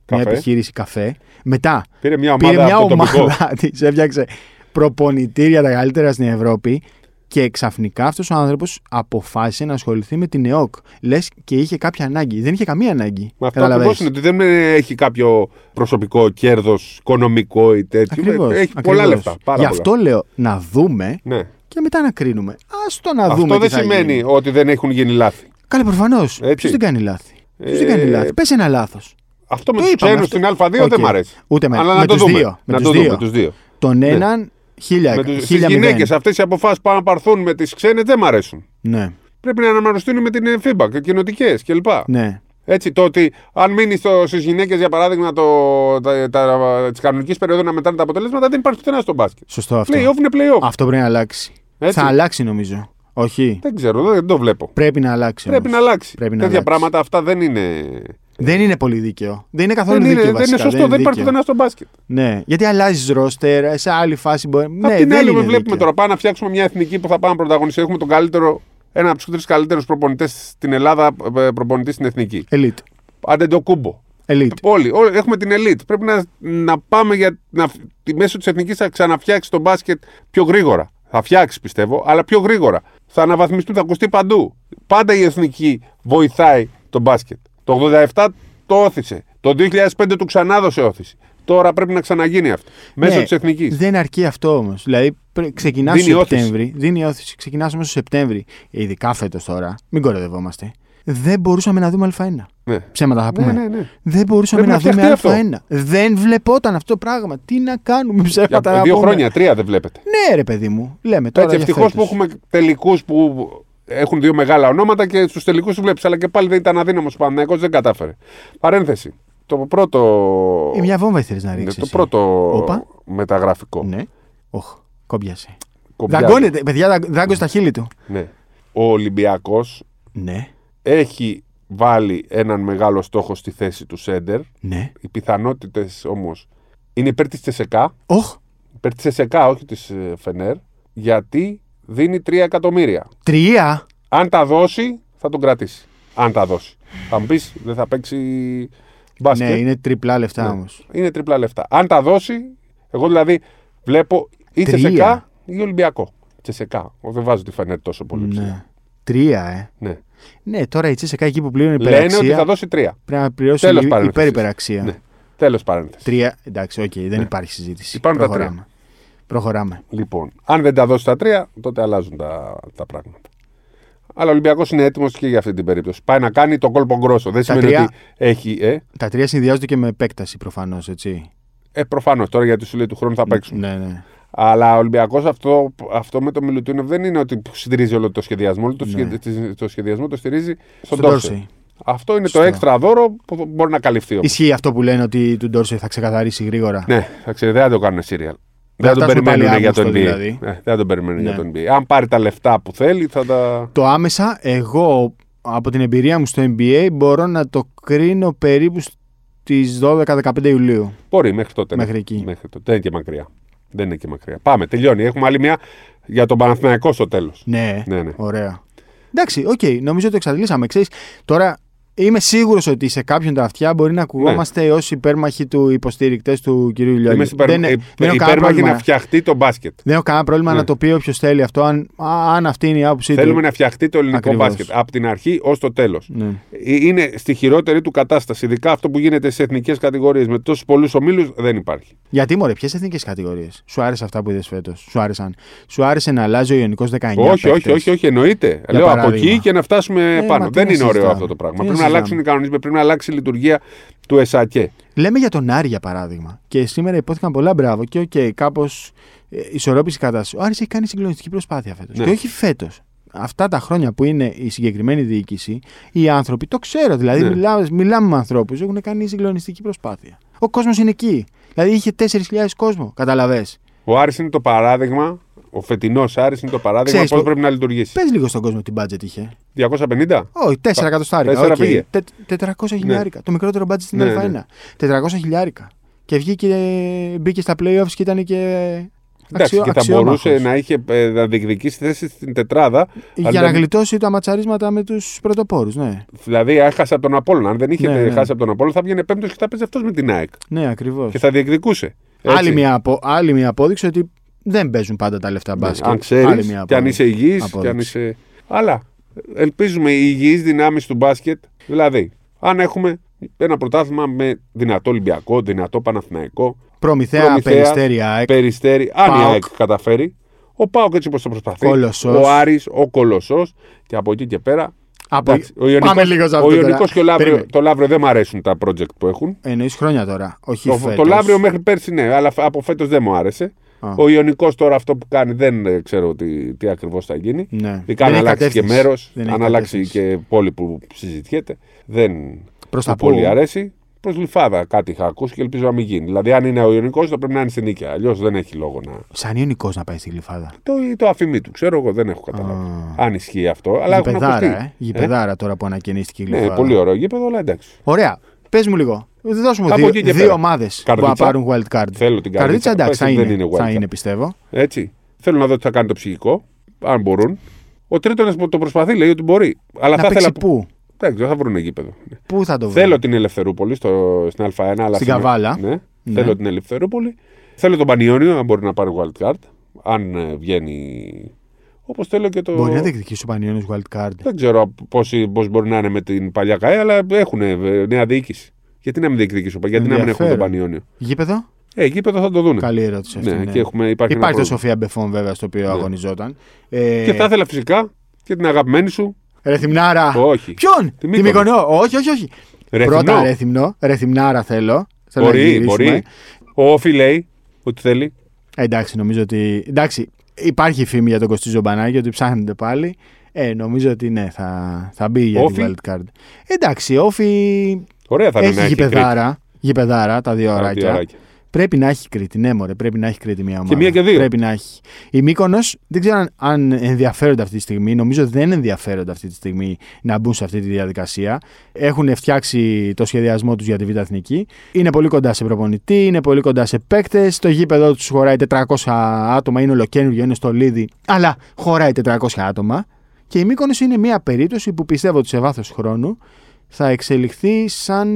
B: Καφέ.
A: μια επιχείρηση καφέ. Μετά
B: Πήρε μια ομάδα
A: πήρε μια
B: από το τοπικό.
A: ομάδα της, έφτιαξε προπονητήρια τα καλύτερα στην Ευρώπη και ξαφνικά αυτός ο άνθρωπος αποφάσισε να ασχοληθεί με την ΕΟΚ. Λες και είχε κάποια ανάγκη. Δεν είχε καμία ανάγκη.
B: Μα αυτό ακριβώς
A: Καταλαβαίνεις.
B: είναι ότι δεν έχει κάποιο προσωπικό κέρδος, οικονομικό ή τέτοιο.
A: Ακριβώς,
B: έχει πολλά
A: ακριβώς.
B: λεφτά. Πάρα
A: Γι'
B: πολλά.
A: αυτό λέω να δούμε
B: Ναι.
A: και μετά να κρίνουμε. Ας το να δούμε.
B: Αυτό
A: τι
B: δεν
A: θα
B: σημαίνει
A: γίνει.
B: ότι δεν έχουν γίνει λάθη.
A: Καλά, προφανώς.
B: Έτσι.
A: Ποιος δεν κάνει λάθη. Ποιος
B: Ε,
A: δεν κάνει λάθη. Πες ένα λάθος.
B: Αυτό με
A: Το
B: τους
A: είπαμε
B: ξένους
A: αυτό.
B: στην Α2
A: Οκ.
B: δεν μ' αρέσει.
A: Ούτε με-
B: Αλλά
A: με
B: να το
A: τους
B: δούμε.
A: δύο. Με
B: Να
A: τους
B: το δούμε.
A: δύο.
B: τους δύο. Ναι.
A: Τον έναν χίλια
B: με
A: εκατό.
B: τις γυναίκες αυτές οι αποφάσεις που να πάρθουν με τις ξένες δεν μ' αρέσουν.
A: Ναι,
B: Πρέπει να αναμαρωστούν με την ε, FIBA και κοινοτικές κλπ.
A: ναι.
B: Έτσι, το ότι αν μείνει στις γυναίκες, για παράδειγμα, το, τα, τα, ε, της κανονικής περίοδο να μετράνε τα αποτελέσματα, δεν υπάρχει πουθενά στο μπάσκετ.
A: Σωστό αυτό.
B: Playoff είναι playoff.
A: Αυτό πρέπει να αλλάξει.
B: Ναι, Έτσι.
A: Θα αλλάξει νομίζω. Όχι.
B: Δεν ξέρω, δεν, δεν το βλέπω.
A: Πρέπει να αλλάξει.
B: Πρέπει
A: όμως.
B: να αλλάξει.
A: Πρέπει να
B: Τέτοια
A: αλλάξει.
B: πράγματα αυτά δεν είναι.
A: Δεν είναι πολύ δίκαιο. Δεν είναι καθόλου
B: Δεν είναι,
A: δίκαιο.
B: δεν είναι
A: βασικά.
B: σωστό, δεν υπάρχει
A: δίκαιο.
B: πουθενά στο μπάσκετ.
A: Ναι, γιατί αλλάζει ρόστερ, σε άλλη φάση μπορεί.
B: Απ'
A: ναι,
B: την
A: δεν
B: άλλη,
A: είναι
B: με βλέπουμε
A: δίκαιο.
B: τώρα. Πάμε να φτιάξουμε μια εθνική που θα πάμε να πρωταγωνιστεί. Έχουμε τον καλύτερο, ένα από τους τρεις καλύτερους προπονητές στην Ελλάδα, ε, προπονητής στην εθνική.
A: Elite.
B: Άντε το κούμπο.
A: Elite.
B: Όλοι, όλοι, έχουμε την ελίτ. Πρέπει να, να πάμε για να, τη μέσω της εθνικής θα ξαναφτιάξει το μπάσκετ πιο γρήγορα. Θα φτιάξει πιστεύω, αλλά πιο γρήγορα. Θα αναβαθμιστούν, θα ακουστεί παντού. Πάντα η εθνική βοηθάει το μπάσκετ. Το 87 το όθησε. Το 2005 του ξανά δώσε όθηση. Τώρα πρέπει να ξαναγίνει αυτό. Μέσω
A: Ναι,
B: της εθνικής.
A: Δεν αρκεί αυτό όμως. Δηλαδή, πρέ- ξεκινάς
B: Δίνει
A: στο
B: όθηση.
A: Σεπτέμβρη. Δίνει όθηση. Ξεκινάς όμως στο Σεπτέμβρη. Ε, Ειδικά φέτος τώρα. Μην κοροϊδευόμαστε. Δεν μπορούσαμε να δούμε Α1.
B: Ναι.
A: Ψέματα θα
B: Ναι,
A: πούμε.
B: ναι, ναι.
A: Δεν μπορούσαμε
B: Πρέπει
A: να,
B: να
A: δούμε
B: φτιαχτεί
A: Α1. Δεν βλεπόταν αυτό το πράγμα. Τι να κάνουμε
B: Για
A: ψέματα να
B: δύο
A: πούμε.
B: χρόνια, τρία δεν βλέπετε.
A: Ναι, ρε παιδί μου. Λέμε τώρα.
B: Έτσι,
A: για
B: ευτυχώς
A: φέτος.
B: που έχουμε τελικούς που έχουν δύο μεγάλα ονόματα και στους τελικούς τους βλέπεις. Αλλά και πάλι δεν ήταν αδύναμος ο Παναθηναϊκός, δεν κατάφερε. Παρένθεση. το πρώτο.
A: Ε, μια βόμβα ήθελες να
B: Ναι,
A: ρίξεις.
B: το πρώτο
A: Όπα.
B: μεταγραφικό.
A: Ναι. Οχ, κόμπιασε.
B: Κομπιάζει.
A: Δαγκώνεται, παιδιά, δαγ- δάγκωσε στα χείλη του.
B: Ναι. Ο Ολυμπιακός
A: Ναι,
B: έχει βάλει έναν μεγάλο στόχο στη θέση του Σέντερ.
A: ναι.
B: Οι πιθανότητες όμως είναι υπέρ της Τσεσεκά.
A: Οχ,
B: Υπέρ της Τσεσεκά, όχι της Φενέρ. Γιατί δίνει 3 εκατομμύρια.
A: τρία.
B: Αν τα δώσει, θα τον κρατήσει. Αν τα δώσει. Θα μου πεις, δεν θα παίξει μπάσκετ.
A: Ναι, είναι τριπλά λεφτά
B: Ναι.
A: όμως.
B: Είναι τριπλά λεφτά. Αν τα δώσει, εγώ δηλαδή βλέπω ή
A: Τρία.
B: Τσεσεκά ή Ολυμπιακό. Τσεσεκά. Εγώ Δεν βάζω τη Φενέρ τόσο πολύ ψηλά.
A: Ναι. Τρία, ε.
B: Ναι.
A: Ναι, τώρα η Τσέσσεκα εκεί που πλήρωνε
B: Λένε ότι
A: υπεραξία.
B: θα δώσει τρία.
A: Πρέπει να πληρώσει
B: Τέλος
A: υ-
B: παρένθεσης.
A: υπερυπεραξία.
B: Ναι. Τέλος παρένθεσης.
A: Τρία, εντάξει, οκ, δεν υπάρχει συζήτηση.
B: Υπάρχουν τα
A: Προχωράμε. Προχωράμε.
B: Λοιπόν, αν δεν τα δώσει τα τρία, τότε αλλάζουν τα, τα πράγματα. Αλλά ο Ολυμπιακός είναι έτοιμος και για αυτή την περίπτωση. Πάει να κάνει τον κόλπο γκρόσο. Δεν σημαίνει
A: τρία-
B: ότι έχει. Ε,
A: Τα τρία συνδυάζονται και με επέκταση προφανώς, έτσι.
B: ε προφανώς τώρα γιατί σου λέει του χρόνου θα παίξουν.
A: Ναι, ναι.
B: Αλλά ο Ολυμπιακός αυτό, αυτό με το Μιλουτίνοφ δεν είναι ότι στηρίζει όλο το σχεδιασμό. Όλο το,
A: Ναι.
B: σχεδι- το σχεδιασμό το στηρίζει στον
A: Στον
B: Τόρσεϊ.
A: Τόρσεϊ.
B: Αυτό είναι
A: Σωστό.
B: το έξτρα δώρο που μπορεί να καλυφθεί όμως.
A: Ισχύει αυτό που λένε ότι του Ντόρσεϊ θα ξεκαθαρίσει γρήγορα.
B: Ναι, θα ξέρετε, δεν θα το κάνουν σύριαλ. Δεν θα τον
A: φτάσουμε πάλι
B: περιμένουν για το NBA.
A: Αύγουστο, δηλαδή.
B: Ναι, δεν θα τον περιμένουν
A: Ναι.
B: για το NBA. Αν πάρει τα λεφτά που θέλει, θα τα.
A: Το άμεσα, εγώ από την εμπειρία μου στο NBA μπορώ να το κρίνω περίπου στις 12-15 Ιουλίου.
B: Μπορεί μέχρι τότε. ναι.
A: Μέχρι εκεί.
B: Μέχρι τότε. Δεν είναι και μακριά. Δεν είναι και μακριά. Πάμε, τελειώνει. Έχουμε άλλη μια για τον Παναθηναϊκό στο τέλος.
A: Ναι,
B: Ναι, ναι.
A: ωραία. Εντάξει, οκ, νομίζω το εξαντλήσαμε. Ξέρεις, τώρα είμαι σίγουρος ότι σε κάποιον τα αυτιά μπορεί να ακουγόμαστε ως ω υπέρμαχοι του υποστηρικτές του κυρίου Λιώλη.
B: Ναι. Είμαι στην παρα...
A: δεν,
B: ε,
A: δεν έχω κανένα
B: υπέρμαχοι
A: πρόβλημα.
B: να φτιαχτεί το μπάσκετ.
A: Δεν έχω κανένα πρόβλημα
B: Ναι.
A: να το πει όποιος θέλει αυτό, αν, α- αν αυτή είναι η άποψή
B: Θέλουμε
A: του.
B: να φτιαχτεί το ελληνικό
A: Ακριβώς.
B: μπάσκετ από την αρχή ως το τέλος.
A: Ναι.
B: Είναι στη χειρότερη του κατάσταση. Ειδικά αυτό που γίνεται σε εθνικές κατηγορίες με τόσους πολλούς ομίλους δεν υπάρχει.
A: Γιατί, μωρέ, ποιες εθνικές κατηγορίες. Σου άρεσε αυτά που είδες φέτος. Σου άρεσαν. Σου άρεσε να αλλάζει ο Ιωνικό 19.
B: όχι, όχι,
A: Ε, παίκτες.
B: όχι, όχι, εννοείται. Λέω από
A: παράδειγμα.
B: εκεί και να φτάσουμε
A: Ε, μα
B: πάνω.
A: τι
B: Δεν
A: να
B: είναι ωραίο
A: συζητάμε.
B: αυτό το
A: Τι
B: πράγμα.
A: να
B: Πρέπει να
A: συζητάμε.
B: αλλάξουν οι κανονισμοί, πρέπει να αλλάξει η λειτουργία του ΕΣΑΚΕ.
A: Λέμε για τον Άρη για παράδειγμα. Και σήμερα υπόθηκαν πολλά μπράβο και οκ, κάπως ε, ισορρόπησε η κατάστασης. Ο Άρης έχει κάνει συγκλονιστική προσπάθεια φέτος.
B: Ναι.
A: Και όχι φέτος. Αυτά τα χρόνια που είναι η συγκεκριμένη διοίκηση, οι άνθρωποι, το ξέρω δηλαδή,
B: Ναι.
A: μιλάμε, μιλάμε με ανθρώπους, έχουν κάνει συγκλονιστική προσπάθεια. Ο κόσμος είναι εκεί. Δηλαδή είχε 4.000 κόσμο, καταλαβέ.
B: Ο Άρης είναι το παράδειγμα, ο φετινός Άρης είναι το παράδειγμα
A: Ξέρεις
B: πώς
A: το-
B: πρέπει να λειτουργήσει.
A: Πες λίγο στον κόσμο τι budget είχε.
B: 250?
A: Όχι, 4 εκατοστάρικα.
B: τέσσερα
A: οκ.
B: πήγε.
A: Τε- 400 χιλιάρικα. Το μικρότερο budget στην
B: Ναι,
A: Α1. 400 χιλιάρικα. Και βγήκε, μπήκε στα playoffs και ήταν και.
B: Εντάξει,
A: αξιο-
B: και θα
A: αξιόμαχος.
B: μπορούσε να είχε ε, να διεκδικήσει θέση στην τετράδα. αν
A: Για να
B: δεν-
A: γλιτώσει τα ματσαρίσματα με τους πρωτοπόρους. Ναι,
B: Δηλαδή, έχασε από τον Απόλλωνα. Αν δεν είχε
A: Ναι, ναι.
B: χάσει από τον Απόλλωνα, θα βγαίνει πέμπτος και θα παίζει αυτός με την ΑΕΚ.
A: ναι ακριβώς.
B: Και θα διεκδικούσε. Έτσι.
A: Άλλη, μια απο- άλλη μια απόδειξη ότι δεν παίζουν πάντα τα λεφτά μπάσκετ.
B: Ναι, Αν
A: Άλλη
B: ξέρει,
A: μια
B: και αν
A: απόδειξη.
B: είσαι υγιή, και αν
A: απόδειξη.
B: είσαι. Αλλά ελπίζουμε οι υγιείς δυνάμεις του μπάσκετ. Δηλαδή, αν έχουμε ένα πρωτάθλημα με δυνατό Ολυμπιακό, δυνατό Παναθηναϊκό,
A: Προμηθέα, ε,
B: Προμηθέα,
A: Περιστέρη, ΑΕΚ.
B: Περιστέρι, αν η
A: Πάοκ.
B: ΑΕΚ καταφέρει, ο Πάοκ έτσι όπως το προσπαθεί.
A: Κολοσσός.
B: Ο Άρης, ο Κολοσσός και από εκεί και πέρα.
A: Από...
B: εντάξει, ο
A: Πάμε λίγο σε
B: Ιωνικός,
A: αυτό.
B: ο
A: τώρα.
B: Ιωνικός και ο Λαύριο,
A: Περίμενε.
B: το Λαύριο δεν μου αρέσουν τα project που έχουν.
A: Εννοείς χρόνια τώρα. Όχι
B: Το,
A: φέτος.
B: το Λαύριο μέχρι πέρσι ναι, αλλά από φέτος δεν μου άρεσε.
A: Α.
B: Ο Ιωνικός τώρα αυτό που κάνει δεν ε, ξέρω τι, τι ακριβώς θα γίνει.
A: Ναι.
B: Ειδικά
A: Δεν
B: αν
A: έχει
B: αλλάξει και
A: κατεύθυνση.
B: μέρος,
A: Δεν έχει
B: αν αλλάξει
A: κατεύθυνση.
B: και πόλη που συζητιέται. Δεν
A: Προς τα
B: μου
A: πού?
B: πολύ αρέσει. Προς Λιφάδα κάτι είχα ακούσει και ελπίζω να μην γίνει. Δηλαδή, αν είναι ο Ιωνικός, θα πρέπει να είναι στην νίκαια. Αλλιώς δεν έχει λόγο να.
A: Σαν Ιωνικός να πάει στη γλυφάδα.
B: Το, ή το αφημί του, ξέρω εγώ, δεν έχω καταλάβει. Αν ισχύει αυτό. Αλλά έχουν
A: Γηπεδάρα,
B: ακουστεί.
A: ε. Γηπεδάρα τώρα που ανακαινίστηκε η
B: Ναι,
A: γλυφάδα.
B: πολύ ωραίο γήπεδο, αλλά εντάξει.
A: Ωραία. Πες μου λίγο. Θα δώσουμε
B: Από
A: δύο,
B: εκεί και
A: δύο
B: πέρα.
A: ομάδες που
B: Καρδίτσα.
A: θα πάρουν wild card.
B: Θέλω την καρδίτσα.
A: εντάξει,
B: Πες
A: θα
B: ότι
A: είναι.
B: δεν είναι wild
A: θα
B: card.
A: είναι, πιστεύω.
B: Έτσι. Θέλω να δω τι θα κάνει το ψυχικό, αν μπορούν. Ο τρίτο που το προσπαθεί λέει ότι μπορεί. Αλλά
A: να
B: θα
A: παίξει
B: ήθελα.
A: πού.
B: Εντάξει, δεν θα βρουν γήπεδο.
A: Πού θα το βρει.
B: Θέλω την Ελευθερούπολη στο, στην Α1. Αλλά
A: Στην
B: σήμερα-
A: Καβάλα.
B: Ναι.
A: Ναι.
B: Θέλω την Ελευθερούπολη. Θέλω τον Πανιόνιο, αν μπορεί να πάρει wildcard. Αν ε, βγαίνει. Όπως θέλω και το.
A: Μπορεί να διεκδικήσει ο Πανιόνιος wild card.
B: Δεν ξέρω πόσοι- πώς μπορεί να είναι με την παλιά ΚΑΕ, αλλά έχουν ε, νέα διοίκηση. Γιατί να μην διεκδικήσει ο Πα- γιατί να μην έχουν τον
A: Ενδιαφέρον.
B: Πανιόνιο.
A: Γήπεδο.
B: Ε, γήπεδο θα το δουν.
A: Καλή ερώτηση αυτή.
B: Ναι,
A: ναι.
B: και έχουμε, υπάρχει, ένα
A: Υπάρχει το
B: πρόβλημα.
A: Σοφία Μπεφόν βέβαια στο οποίο αγωνιζόταν. Ε,
B: Ναι. Και θα ήθελα φυσικά και την αγαπημένη σου.
A: Ρε Θημνάρα.
B: Όχι.
A: Ποιον. Τη
B: Τη Μύκονο.
A: Μυκονό. Όχι, όχι, όχι.
B: Ρε
A: Πρώτα
B: Θημνό.
A: ρε Θημνό. Ρε Θημνάρα θέλω. Θέλω να
B: Μπορεί,
A: γυρίσουμε.
B: μπορεί. Ο Όφη λέει ότι θέλει.
A: Ε, Εντάξει, νομίζω ότι. Εντάξει, υπάρχει φήμη για τον Κωστή Ζωμπανάκη ότι ψάχνετε πάλι. Ε, νομίζω ότι ναι, θα, θα μπει για
B: Όφι.
A: την wildcard. Εντάξει, όφι.
B: Ωραία θα είναι να
A: Έχει
B: έχει η Κρήτη.
A: γηπεδάρα, γηπεδάρα τα δύο
B: Άρα, τι
A: ωράκια.
B: ωράκια.
A: Πρέπει να έχει Κρήτη, ναι, μωρέ, πρέπει να έχει Κρήτη μια ομάδα.
B: μία και δύο.
A: Πρέπει να έχει. Η Μύκονος δεν ξέρω αν, αν ενδιαφέρονται αυτή τη στιγμή. Νομίζω δεν ενδιαφέρονται αυτή τη στιγμή να μπουν σε αυτή τη διαδικασία. Έχουν φτιάξει το σχεδιασμό τους για τη Β' Εθνική. Είναι πολύ κοντά σε προπονητή, είναι πολύ κοντά σε παίκτες. Το γήπεδο τους χωράει 400 άτομα, είναι ολοκένουργιο, είναι στο Λίδι, αλλά χωράει 400 άτομα. Και η Μύκονος είναι μια περίπτωση που πιστεύω ότι σε βάθος χρόνου θα εξελιχθεί σαν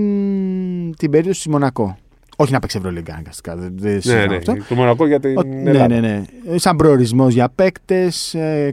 A: την περίπτωση της Μονακό. Όχι να παίξει Ευρωλίγκα αναγκαστικά. Δεν, δεν
B: Ναι,
A: συζητάμε
B: ναι.
A: αυτό.
B: Το Μονακό για την
A: Ο-
B: Ελλάδα.
A: ναι, ναι, ναι. Ε, Σαν προορισμός για παίκτες,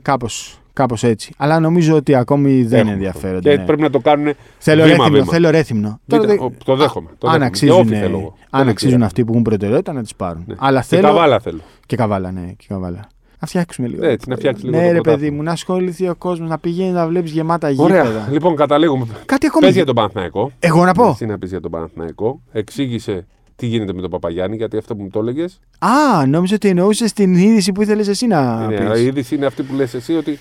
A: κάπως κάπως έτσι. Αλλά νομίζω ότι ακόμη δεν
B: Έχουμε.
A: ενδιαφέρονται.
B: Και
A: ναι.
B: πρέπει να το κάνουν.
A: Θέλω
B: βήμα,
A: ρέθυμνο.
B: βήμα.
A: Θέλω ρέθυμνο.
B: Βήτα,
A: δεν-
B: ο, το δέχομαι, το
A: αν
B: δέχομαι.
A: αξίζουν,
B: Και όφη
A: ε,
B: θέλω εγώ.
A: αν
B: Δεν
A: αξίζουν
B: ξέρω.
A: αυτοί που έχουν προτεραιότητα να τις πάρουν.
B: Ναι.
A: Αλλά
B: Και
A: θέλω.
B: καβάλα Ε, θέλω.
A: Και καβάλα, ναι, και καβάλα. Να φτιάξουμε λίγο.
B: Έτσι, να φτιάξει λίγο
A: Ναι,
B: το
A: ρε παιδί
B: πρωτάθλημα.
A: μου, να ασχοληθεί ο κόσμος, να πηγαίνει να βλέπεις γεμάτα
B: Ωραία.
A: γήπεδα.
B: Λοιπόν, καταλήγουμε.
A: Κάτι ακόμη.
B: Πες για τον Παναθναϊκό.
A: Εγώ να πω.
B: Εσύ να πεις για τον Παναθναϊκό. Εξήγησε τι γίνεται με τον Παπαγιάννη, γιατί αυτό που μου το έλεγες.
A: Α, νόμιζα ότι εννοούσες την είδηση που ήθελες εσύ να πει.
B: Η είδηση είναι αυτή που λες εσύ ότι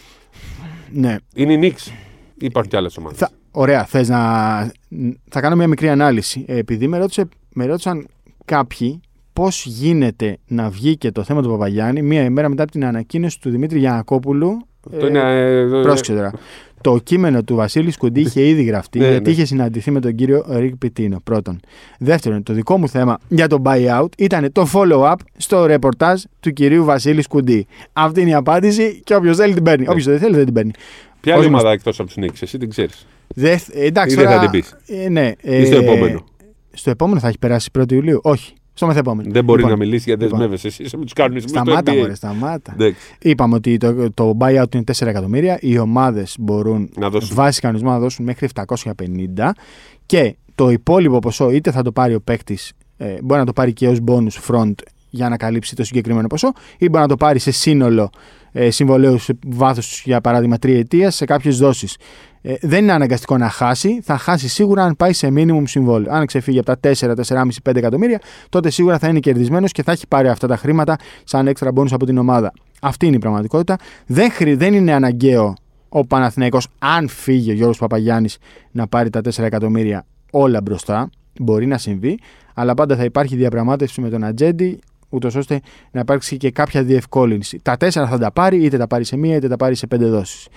A: Ναι.
B: είναι η Νίξ. Υπάρχουν και άλλες ομάδες.
A: Θα, ωραία, θες να. Θα κάνω μια μικρή ανάλυση. Ε, Επειδή με, ρώτησε, με ρώτησαν κάποιοι πώς γίνεται να βγει και το θέμα του Παπαγιάννη μία ημέρα μετά από την ανακοίνωση του Δημήτρη Γιανακόπουλου.
B: Το είναι, ε,
A: Πρόσεξε τώρα. Το κείμενο του Βασίλη Σκουντή είχε ήδη γραφτεί
B: Ναι,
A: γιατί
B: ναι.
A: είχε συναντηθεί με τον κύριο Ρικ Πιτίνο. Πρώτον. Δεύτερον, το δικό μου θέμα για το buyout ήταν το follow-up στο ρεπορτάζ του κυρίου Βασίλη Σκουντή. Αυτή είναι η απάντηση και όποιος θέλει την παίρνει.
B: Ναι.
A: Όποιος δεν θέλει δεν την παίρνει.
B: Ποια άλλη
A: Πώς
B: ομάδα εκτός από τους Νίξ, εσύ την ξέρεις.
A: Δε, ε, εντάξει,
B: Ή δεν
A: τώρα-
B: θα την
A: Ε, ναι, ε,
B: Ή στο επόμενο.
A: Στο επόμενο θα έχει περάσει 1η Ιουλίου. Όχι. Στο μεθεπόμενο.
B: Δεν μπορεί
A: Λοιπόν,
B: να μιλήσει γιατί
A: λοιπόν.
B: δεσμεύεσαι εσύ με τους κανονισμού του
A: Σταμάτα,
B: NBA.
A: μωρέ, σταμάτα.
B: Εντάξει.
A: Είπαμε ότι το, το buyout είναι 4 εκατομμύρια. Οι ομάδες μπορούν
B: Να δώσουν.
A: βάσει κανονισμού να δώσουν μέχρι 750 και το υπόλοιπο ποσό είτε θα το πάρει ο παίκτης, ε, μπορεί να το πάρει και ως bonus front για να καλύψει το συγκεκριμένο ποσό ή μπορεί να το πάρει σε σύνολο ε, συμβολέου σε βάθος για παράδειγμα τριετία σε κάποιες δόσεις. Ε, δεν είναι αναγκαστικό να χάσει, θα χάσει σίγουρα αν πάει σε minimum συμβόλαιο. Αν ξεφύγει από τα 4, 4,5, 5 εκατομμύρια, τότε σίγουρα θα είναι κερδισμένος και θα έχει πάρει αυτά τα χρήματα σαν extra bonus από την ομάδα. Αυτή είναι η πραγματικότητα. Δεν, χρει- δεν είναι αναγκαίο ο Παναθηναϊκός αν φύγει ο Γιώργος Παπαγιάννης να πάρει τα 4 εκατομμύρια όλα μπροστά μπορεί να συμβεί αλλά πάντα θα υπάρχει διαπραγμάτευση με τον Ατζέντη ούτως ώστε να υπάρξει και κάποια διευκόλυνση τα 4 θα τα πάρει είτε τα πάρει σε μία είτε τα πάρει σε πέντε δόσεις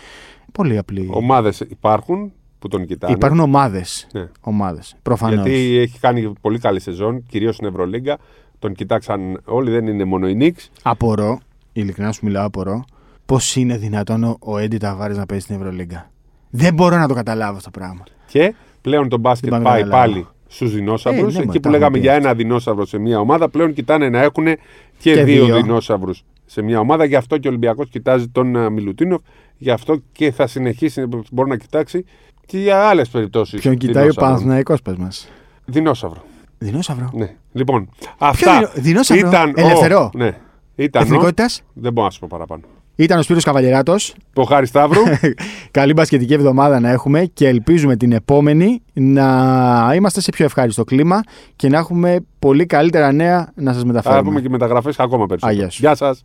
A: πολύ απλή
B: Ομάδες υπάρχουν που τον κοιτάνε.
A: υπάρχουν ομάδες
B: Ναι.
A: ομάδες προφανώς
B: Γιατί έχει κάνει πολύ καλή σεζόν, κυρίως στην Ευρωλίγκα. Τον κοιτάξαν όλοι, δεν είναι μόνο η Νίξ.
A: απορώ ειλικρινά σου μιλάω απορώ πως είναι δυνατόν ο- ο Έντι Ταβάρης να παίζει στην Ευρωλίγκα δεν μπορώ να το καταλάβω αυτό το πράγμα
B: Και πλέον το μπάσκετ
A: πάμε
B: πάει
A: καλά.
B: πάλι στους δεινόσαυρου.
A: Ε, ναι, μα,
B: Εκεί
A: τα
B: που
A: έχουμε
B: λέγαμε
A: πει
B: για
A: αυτά.
B: ένα δεινόσαυρο σε μια ομάδα, πλέον κοιτάνε να έχουν και,
A: Και
B: δύο,
A: δύο.
B: δεινόσαυρους σε μια ομάδα. Γι' αυτό και ο Ολυμπιακός κοιτάζει τον ε, Μιλουτίνοφ. Γι' αυτό και θα συνεχίσει, ε, μπορεί να κοιτάξει και για άλλες περιπτώσεις.
A: ποιον κοιτάει ο Παναθηναϊκός πες μας
B: Δεινόσαυρο.
A: Δεινόσαυρο.
B: Ναι. Λοιπόν, αυτά
A: δεινο- δεινόσαυρο?
B: ήταν. ο-
A: Ελευθερό?
B: Ναι. Ήταν. ο-
A: Εθνικότητας?
B: Δεν μπορώ να σου πω παραπάνω.
A: Ήταν ο Σπύρος Καβαλιεράτος.
B: Ο Χάρης Σταύρου.
A: Καλή μπασκετική εβδομάδα να έχουμε και ελπίζουμε την επόμενη να είμαστε σε πιο ευχάριστο κλίμα και να έχουμε πολύ καλύτερα νέα να σας
B: Θα
A: μεταφέρουμε.
B: πούμε και μεταγραφές ακόμα περισσότερο.
A: Α, γεια σου.
B: Γεια σας.